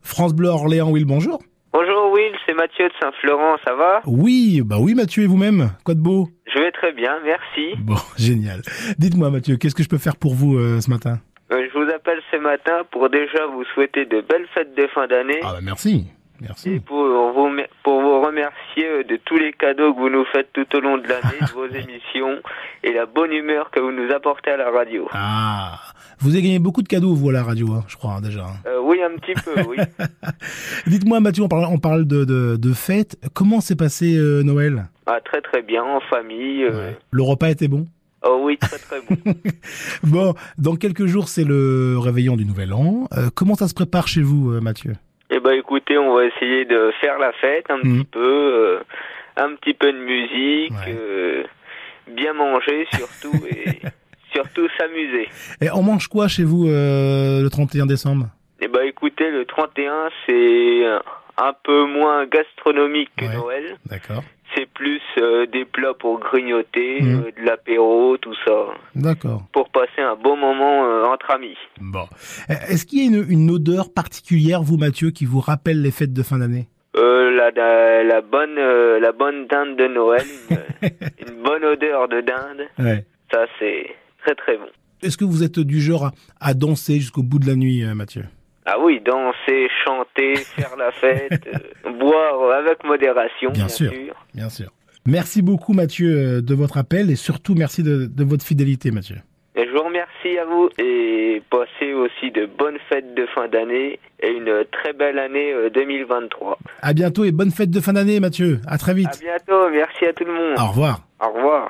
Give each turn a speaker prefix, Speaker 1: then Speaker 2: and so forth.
Speaker 1: France Bleu Orléans, Will, bonjour.
Speaker 2: Bonjour Will, c'est Mathieu de Saint-Florent, ça va
Speaker 1: Oui, bah oui Mathieu et vous-même, quoi de beau
Speaker 2: Je vais très bien, merci.
Speaker 1: Bon, génial. Dites-moi Mathieu, qu'est-ce que je peux faire pour vous euh, ce matin
Speaker 2: Euh, Je vous appelle ce matin pour déjà vous souhaiter de belles fêtes de fin d'année
Speaker 1: Ah bah merci,
Speaker 2: et
Speaker 1: merci.
Speaker 2: pour vous, mer- pour vous remercier euh, de tous les cadeaux que vous nous faites tout au long de l'année, de vos émissions et la bonne humeur que vous nous apportez à la radio.
Speaker 1: Ah, vous avez gagné beaucoup de cadeaux vous à la radio, hein, je crois hein, déjà. hein.
Speaker 2: Euh, oui, un petit peu, oui.
Speaker 1: Dites-moi Mathieu, on parle, on parle de, de, de fête, comment s'est passé euh, Noël
Speaker 2: Ah, très très bien, en famille. euh,
Speaker 1: Le repas était bon
Speaker 2: Oh oui, très très bon.
Speaker 1: Bon, dans quelques jours c'est le réveillon du Nouvel An. Euh, comment ça se prépare chez vous euh, Mathieu
Speaker 2: Eh ben écoutez, on va essayer de faire la fête un
Speaker 1: Mhm.
Speaker 2: petit peu, euh, un petit peu de musique,
Speaker 1: Ouais.
Speaker 2: euh, bien manger surtout et surtout s'amuser.
Speaker 1: Et on mange quoi chez vous euh, le 31 décembre
Speaker 2: Eh ben écoutez, le 31 c'est un- un peu moins gastronomique que
Speaker 1: Ouais.
Speaker 2: Noël,
Speaker 1: D'accord.
Speaker 2: c'est plus euh, des plats pour grignoter,
Speaker 1: Mhm.
Speaker 2: euh, de l'apéro, tout ça,
Speaker 1: D'accord.
Speaker 2: pour passer un bon moment euh, entre amis.
Speaker 1: Bon. Euh, Est-ce qu'il y a une, une odeur particulière, vous Mathieu, qui vous rappelle les fêtes de fin d'année
Speaker 2: Euh, la, la, la bonne euh, la bonne dinde de Noël, une- une bonne odeur de dinde.
Speaker 1: ouais.
Speaker 2: Ça, c'est très très bon.
Speaker 1: Est-ce que vous êtes du genre à, à danser jusqu'au bout de la nuit, euh, Mathieu
Speaker 2: Ah oui, danser, chanter, faire la fête, euh, boire avec modération,
Speaker 1: Bien
Speaker 2: bien,
Speaker 1: sûr.
Speaker 2: sûr.
Speaker 1: Bien sûr. Merci beaucoup Mathieu euh, de votre appel et surtout merci de, de votre fidélité Mathieu.
Speaker 2: Et je vous remercie à vous et passez aussi de bonnes fêtes de fin d'année et une très belle année euh, 2023.
Speaker 1: À bientôt et bonne fête de fin d'année Mathieu. À très
Speaker 2: À
Speaker 1: vite.
Speaker 2: bientôt, merci à tout le monde.
Speaker 1: Au revoir.
Speaker 2: Au revoir.